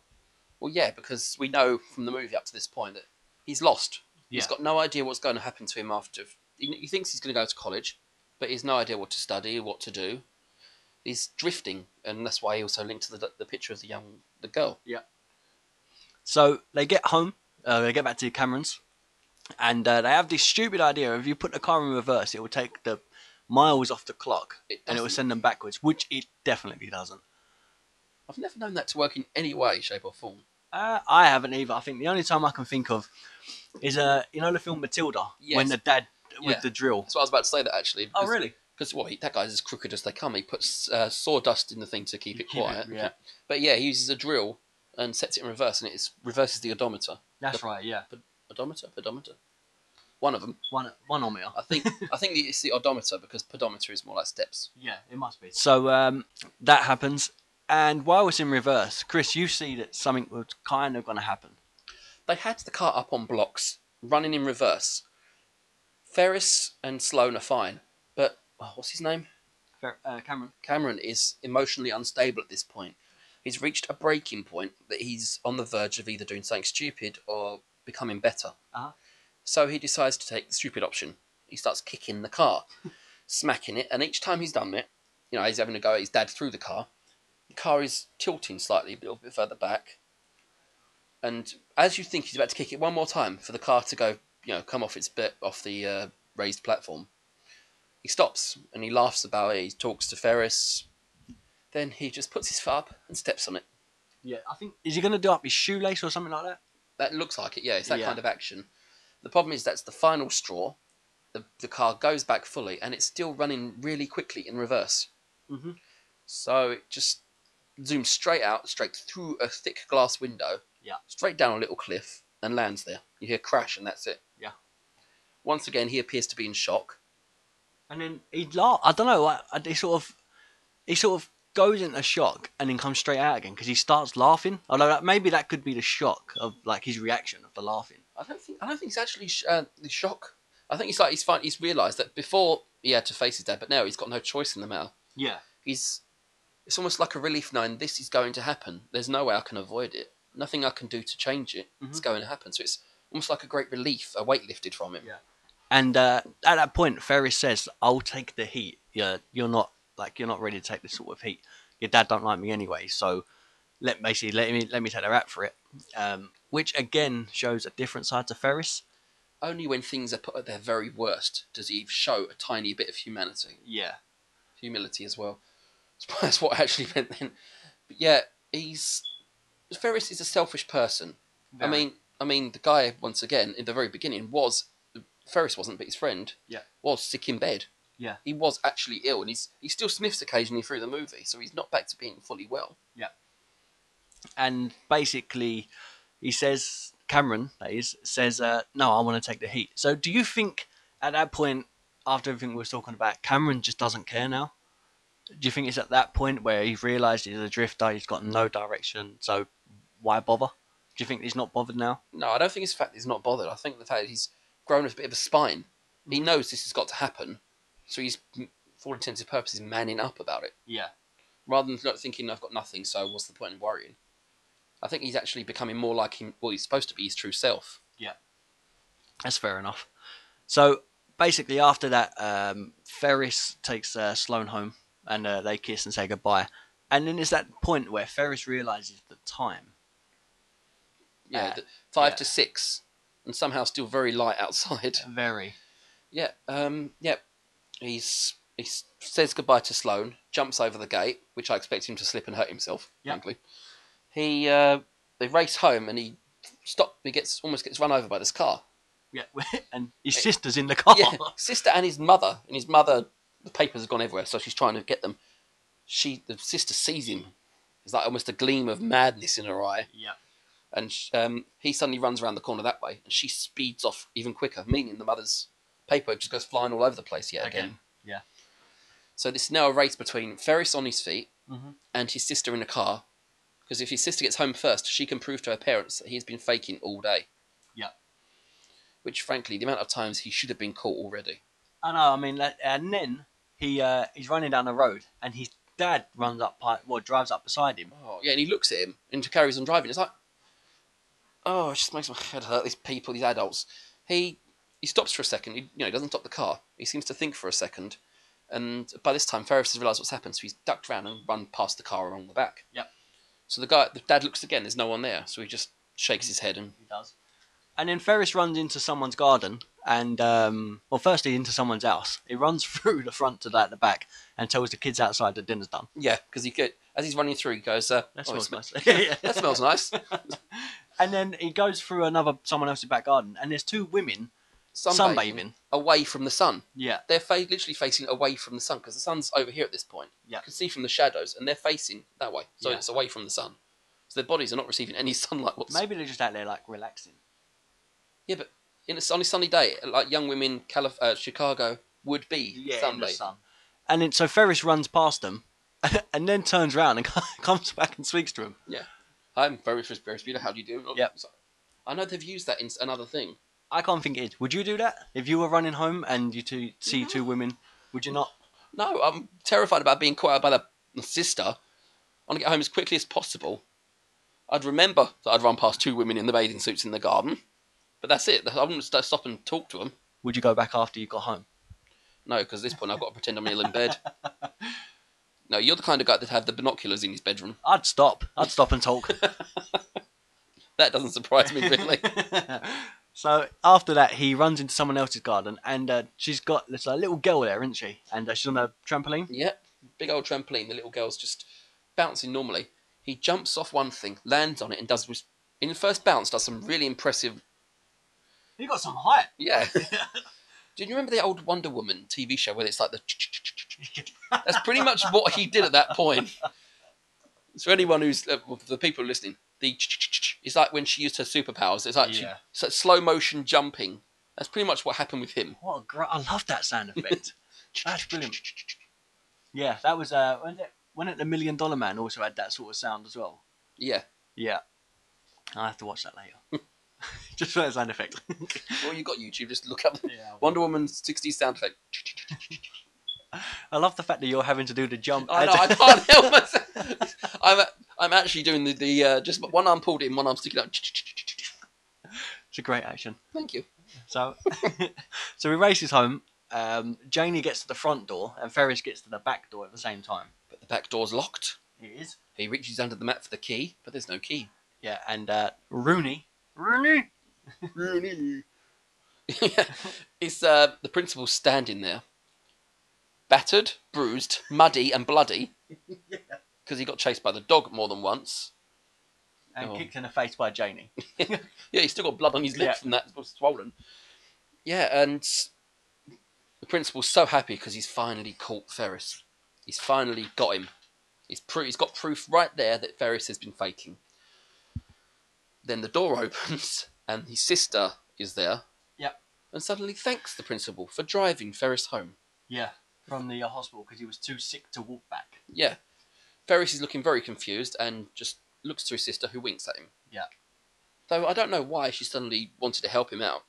S1: Well, yeah, because we know from the movie up to this point that he's lost. He's
S2: Yeah.
S1: got no idea what's going to happen to him after. He he thinks he's going to go to college, but he's no idea what to study, what to do. He's drifting, and that's why he also linked to the, the picture of the young the girl.
S2: So they get home, uh, they get back to Cameron's, and uh, they have this stupid idea if you put the car in reverse, it will take the miles off the clock
S1: It
S2: and it will
S1: doesn't.
S2: send them backwards, which it definitely doesn't.
S1: I've never known that to work in any way, shape, or form.
S2: Uh, I haven't either. I think the only time I can think of is uh, you know the film Matilda
S1: Yes.
S2: when the dad with
S1: Yeah.
S2: the drill.
S1: That's what I was about to say. That actually. Because,
S2: Oh, really?
S1: Because well, he- that guy's as crooked as they come. He puts uh, sawdust in the thing to keep it
S2: Keep it-
S1: quiet.
S2: yeah.
S1: But yeah, he uses a drill and sets it in reverse, and it is, reverses the odometer.
S2: That's right. Yeah.
S1: Odometer, pedometer. One of them.
S2: One one on me.
S1: I think I think it's the odometer because pedometer is more like steps.
S2: Yeah, it must be. So um, that happens, and while it's in reverse, Chris, you see that something was kind of going to happen.
S1: They had the car up on blocks, running in reverse. Ferris and Sloane are fine, but oh, what's his name?
S2: Fair- Uh, Cameron.
S1: Cameron is emotionally unstable at this point. He's reached a breaking point that he's on the verge of either doing something stupid or becoming better.
S2: Uh-huh.
S1: So he decides to take the stupid option. He starts kicking the car, smacking it, and each time he's done it, you know, he's having a go at his dad through the car. The car is tilting slightly, a little bit further back. And as you think he's about to kick it one more time for the car to go, you know, come off its bit off the uh, raised platform, he stops and he laughs about it. He talks to Ferris. Then he just puts his foot up and steps on it.
S2: Yeah, I think is he going to do up his shoelace or something like that?
S1: That looks like it, yeah. It's that
S2: Yeah.
S1: kind of action. The problem is that's the final straw. The, the car goes back fully and it's still running really quickly in reverse.
S2: Mhm.
S1: So it just zooms straight out, straight through a thick glass window,
S2: Yeah.
S1: straight down a little cliff and lands there. You hear a crash and that's it.
S2: Yeah.
S1: Once again, he appears to be in shock.
S2: And then he laugh. I don't know. I, I, he sort of he sort of goes into shock and then comes straight out again because he starts laughing. Although that, maybe that could be the shock of like his reaction of the laughing.
S1: I don't think I don't think it's actually sh- uh, the shock. I think he's like he's fine. He's realised that before he had to face his dad, but now he's got no choice in the matter.
S2: Yeah.
S1: is it's almost like a relief knowing this is going to happen. There's no way I can avoid it. Nothing I can do to change it. It's
S2: Mhm.
S1: going to happen. So it's almost like a great relief, a weight lifted from it.
S2: Yeah. And uh, at that point, Ferris says, "I'll take the heat. Yeah, you're not like you're not ready to take this sort of heat. Your dad don't like me anyway, so let basically let me let me take the rap for it." Um, which again shows a different side to Ferris.
S1: Only when things are put at their very worst does Eve show a tiny bit of humanity,
S2: Yeah,
S1: humility as well. That's what actually went then. But yeah, he's Ferris is a selfish person. I mean, I mean, the guy once again in the very beginning was Ferris wasn't, but his friend
S2: Yeah.
S1: was sick in bed.
S2: Yeah.
S1: he was actually ill, and he's he still sniffs occasionally through the movie, so he's not back to being fully well.
S2: and basically he says Cameron that is says uh, no I want to take the heat so do you think at that point after everything we were talking about Cameron just doesn't care now do you think it's at that point where he's realised he's a drifter he's got no direction so why bother do you think he's not bothered now
S1: No, I don't think it's the fact that he's not bothered. I think the fact that he's grown a bit of a spine. He
S2: Mm.
S1: knows this has got to happen, so he's, for all intents and purposes, manning up about it
S2: yeah
S1: rather than not thinking I've got nothing. So what's the point in worrying? I think he's actually becoming more like him. Well, he's supposed to be his true self.
S2: That's fair enough. So basically, after that, um, Ferris takes uh, Sloan home and uh, they kiss and say goodbye. And then it's that point where Ferris realizes the time.
S1: Yeah,
S2: Uh,
S1: th- five
S2: yeah.
S1: to six, and somehow still very light outside.
S2: Very.
S1: Yeah, um, yeah. He's he s- says goodbye to Sloane, jumps over the gate, which I expect him to slip and hurt himself.
S2: Yeah.
S1: Frankly, he uh, they race home and he stop. He gets almost gets run over by this car.
S2: Yeah. and his sister's in the car.
S1: Yeah, sister and his mother, and his mother. The papers have gone everywhere, so she's trying to get them. She, the sister, sees him. There's like almost a gleam of madness in her eye.
S2: Yeah.
S1: and sh- um, he suddenly runs around the corner that way, and she speeds off even quicker, meaning the mother's paper just goes flying all over the place yet again.
S2: Again, yeah.
S1: So this is now a race between Ferris on his feet
S2: Mhm.
S1: and his sister in a car, because if his sister gets home first, she can prove to her parents that he's been faking all day.
S2: Yeah.
S1: Which, frankly, the amount of times he should have been caught already.
S2: I know. uh, I mean, like, and then he uh, he's running down the road, and his dad runs up, pi- well, drives up beside him.
S1: Oh yeah, and he looks at him and just carries on driving. It's like, oh, it just makes my head hurt. These people, these adults. He he stops for a second. He you know he doesn't stop the car. He seems to think for a second, and by this time Ferris has realised what's happened, so he's ducked round and run past the car along the back.
S2: Yep.
S1: So the guy, the dad looks again. There's no one there, so he just shakes his head and
S2: He does. And then Ferris runs into someone's garden, and um, well, firstly into someone's house. He runs through the front to that the back, and tells the kids outside that dinner's done.
S1: yeah, because he get, as he's running through, he goes, uh,
S2: That
S1: "Oh, it
S2: smells nice.
S1: sm- that smells nice.
S2: And then he goes through another someone else's back garden, and there's two women
S1: Sunbathing,
S2: sunbathing.
S1: away from the sun.
S2: Yeah,
S1: They're fa- literally facing away from the sun because the sun's over here at this point.
S2: Yeah.
S1: You can see from the shadows, and they're facing that way, so
S2: Yeah.
S1: it's away from the sun. So their bodies are not receiving any sunlight whatsoever.
S2: maybe they're just out there like relaxing.
S1: Yeah, but in a, s- on a sunny day, like young women, Calif- uh, Chicago would be sunbathing.
S2: And then so Ferris runs past them, and then turns round and comes back and speaks to him.
S1: I'm very Frisbee very speeder. How do you do? Oh,
S2: Yep.
S1: so- I know they've used that in s- another thing.
S2: I can't think it is. Would you do that if you were running home and you two see two women? Would you not?
S1: No, I'm terrified about being caught out by the the sister. I want to get home as quickly as possible. I'd remember that I'd run past two women in the bathing suits in the garden, but that's it. I wouldn't st- stop and talk to them.
S2: Would you go back after you got home?
S1: No, because at this point I've got to pretend I'm ill in bed. No, you're the kind of guy that have the binoculars in his bedroom.
S2: I'd stop. I'd stop and talk.
S1: That doesn't surprise me really.
S2: so after that, he runs into someone else's garden, and uh, she's got this uh, little girl there, isn't she? And uh, she's on a trampoline.
S1: yep, big old trampoline. The little girl's just bouncing normally. He jumps off one thing, lands on it, and does in the first bounce does some really impressive.
S2: He got some height.
S1: Yeah. Do you remember the old Wonder Woman TV show where it's like the? That's pretty much what he did at that point. So anyone who's uh, well, for the people listening, the it's like when she used her superpowers. It's like she-
S2: Yeah.
S1: it's like slow motion jumping. That's pretty much what happened with him.
S2: What a gr- I love that sound effect. That's brilliant. Yeah, that was uh, when it, when it the Million Dollar Man also had that sort of sound as well.
S1: Yeah.
S2: Yeah, I will have to watch that later. Just for that sound effect.
S1: Well, you got YouTube. Just look up
S2: yeah.
S1: Wonder Woman 60s sound effect.
S2: I love the fact that you're having to do the jump.
S1: I know,
S2: as-
S1: I can't help myself. I'm, I'm actually doing the, the uh, just one arm pulled in, one arm sticking out.
S2: it's a great action.
S1: Thank you.
S2: So, so he races home. Um, Janie gets to the front door, and Ferris gets to the back door at the same time.
S1: But the back door's locked.
S2: It is.
S1: He reaches under the mat for the key, but there's no key.
S2: Yeah, and uh, Rooney. Rooney.
S1: it's uh, the principal standing there, battered, bruised, muddy, and bloody, because he got chased by the dog more than once.
S2: And
S1: Oh.
S2: kicked in the face by Janie.
S1: Yeah, he's still got blood on his lips
S2: Yeah.
S1: and that's all swollen. Yeah, and the principal's so happy because he's finally caught Ferris. He's finally got him. He's pro- he's got proof right there that Ferris has been faking. Then the door opens and his sister is there.
S2: Yep.
S1: And suddenly thanks the principal for driving Ferris home.
S2: Yeah, from the uh, hospital because he was too sick to walk back.
S1: Yeah. Ferris is looking very confused and just looks to his sister who winks at him.
S2: Yeah.
S1: Though I don't know why she suddenly wanted to help him out.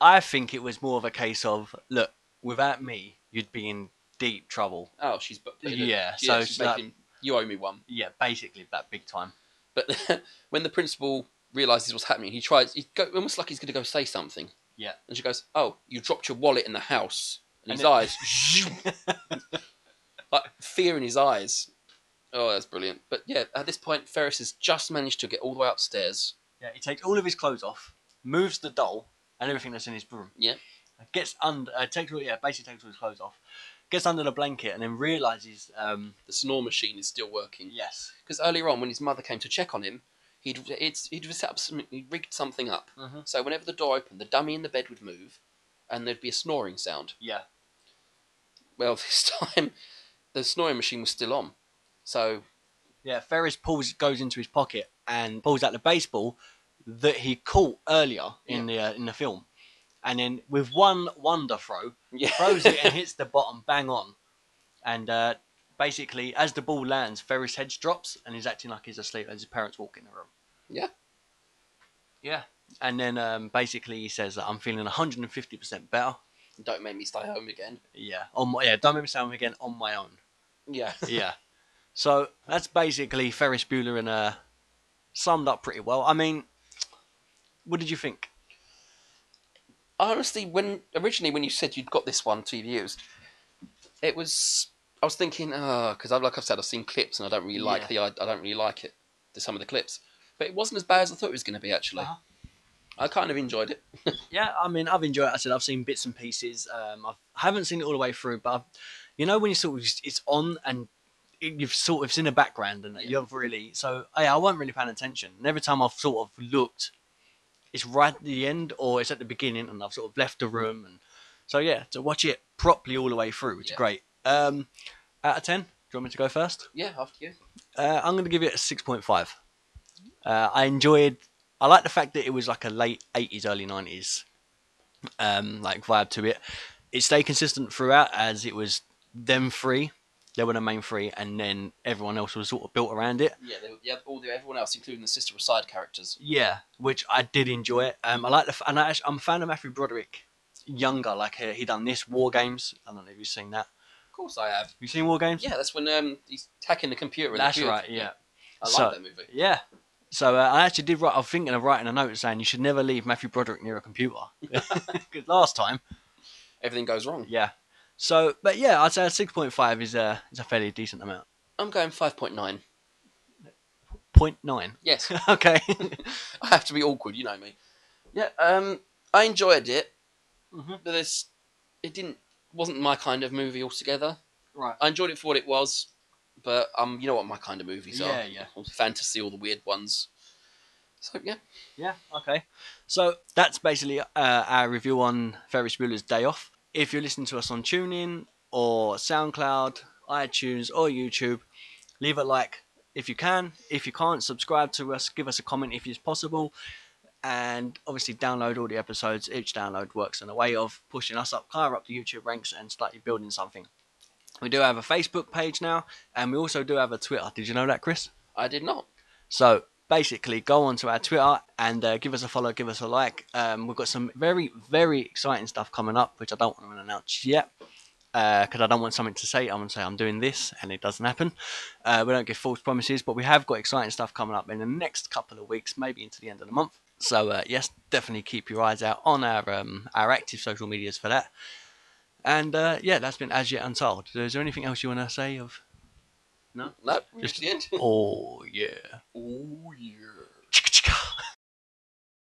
S2: I think it was more of a case of look, without me, you'd be in deep trouble.
S1: Oh, she's bu- putting it-
S2: Yeah,
S1: yeah,
S2: so
S1: she's
S2: it's like-
S1: making you owe me one.
S2: Yeah, basically that big time.
S1: But when the principal realizes what's happening, he tries. He go, almost like he's going to go say something.
S2: Yeah.
S1: And she goes, "Oh, you dropped your wallet in the house." And,
S2: And
S1: his
S2: it-
S1: eyes, like fear in his eyes. Oh, that's brilliant. But yeah, at this point, Ferris has just managed to get all the way upstairs.
S2: Yeah, he takes all of his clothes off, moves the doll and everything that's in his room.
S1: Yeah.
S2: Gets under, uh, takes all, yeah, basically takes all his clothes off, gets under the blanket, and then realizes, um,
S1: The snore machine is still working
S2: yes,
S1: because earlier on, when his mother came to check on him, he'd it's, he'd set up some, he rigged something up.
S2: Mhm.
S1: So whenever the door opened, the dummy in the bed would move, and there'd be a snoring sound.
S2: yeah,
S1: Well, this time the snoring machine was still on. So
S2: yeah. Ferris pulls, goes into his pocket and pulls out the baseball that he caught earlier in the uh, in the film, and then with one wonder throw,
S1: yeah,
S2: throws it and hits the bottom bang on. And uh, basically, as the ball lands, Ferris' head drops and he's acting like he's asleep as his parents walk in the room.
S1: Yeah.
S2: Yeah. And then um, basically, he says, I'm feeling 150% better.
S1: don't make me stay home again.
S2: Yeah. On my, yeah, don't make me sound again on my own.
S1: Yeah,
S2: Yeah. so that's basically Ferris Bueller and uh, summed up pretty well. I mean, what did you think?
S1: honestly, when originally when you said you'd got this one to be used, it was I was thinking because I've like I've said I've seen clips and I don't really like
S2: Yeah.
S1: the I, I don't really like it the some of the clips, but it wasn't as bad as I thought it was going to be actually.
S2: Uh-huh.
S1: I kind of enjoyed it.
S2: Yeah, I mean, I've enjoyed it. I said I've seen bits and pieces. Um, I've, I haven't seen it all the way through, but I've, you know when you sort of just- it's on and it- you've sort of it's in the background and
S1: Yeah.
S2: you've really so yeah, I wasn't really paying attention. And every time I've sort of looked, it's right at the end or it's at the beginning, and I've sort of left the
S1: Mm-hmm.
S2: room. And so yeah, to watch it properly all the way through, it's
S1: Yeah.
S2: great. Um, out of ten, do you want me to go first?
S1: Yeah, after you.
S2: Uh, I'm going to give it a 6.5. Uh, I enjoyed. I like the fact that it was like a late 80s, early 90s, um, like vibe to it. It stayed consistent throughout, as it was them three. They were the main three, and then everyone else was sort of built around it.
S1: Yeah, they, yeah, all the everyone else, including the sister, were side characters.
S2: Yeah, which I did enjoy it. Um, I like the f- and I, actu- I'm a fan of Matthew Broderick, younger. Like uh, he, he done this War Games. I don't know if you've seen that.
S1: Of course, I have.
S2: Have you seen War Games?
S1: Yeah, that's when um he's hacking the computer. and the
S2: that's
S1: computer-
S2: right. Yeah.
S1: I like
S2: So-
S1: that movie.
S2: Yeah. So uh, I actually did write. I'm thinking of writing a note saying you should never leave Matthew Broderick near a computer. Because last time,
S1: Everything goes wrong.
S2: yeah. So, but yeah, I'd say a six point five is a is a fairly decent amount.
S1: I'm going 5.9.
S2: Point nine.
S1: Yes,
S2: okay.
S1: I have to be awkward, you know me. Yeah, um, I enjoyed it,
S2: Mhm.
S1: but this it didn't wasn't my kind of movie altogether.
S2: Right.
S1: I enjoyed it for what it was, but um, you know what my kind of movies are?
S2: Yeah, yeah.
S1: All the fantasy, all the weird ones. So yeah,
S2: Yeah. Okay. So that's basically uh, our review on Ferris Bueller's Day Off. If you're listening to us on TuneIn or SoundCloud, iTunes or YouTube, leave a like if you can. If you can't, subscribe to us. Give us a comment if it's possible. And obviously, download all the episodes. Each download works in a way of pushing us up higher up the YouTube ranks and slightly building something. We do have a Facebook page now, and we also do have a Twitter. Did you know that, Chris?
S1: I did not.
S2: So basically, go on to our Twitter and uh, give us a follow, give us a like. Um, we've got some very, very exciting stuff coming up, which I don't want to announce yet. because I don't want something to say. I want to say I'm doing this, and it doesn't happen. Uh, we don't give false promises, but we have got exciting stuff coming up in the next couple of weeks, maybe into the end of the month. So uh, yes, definitely keep your eyes out on our um, our active social medias for that. And uh, yeah, that's been as yet untold. Is there anything else you want to say? Of
S1: No, just the end.
S2: oh yeah.
S1: Oh yeah.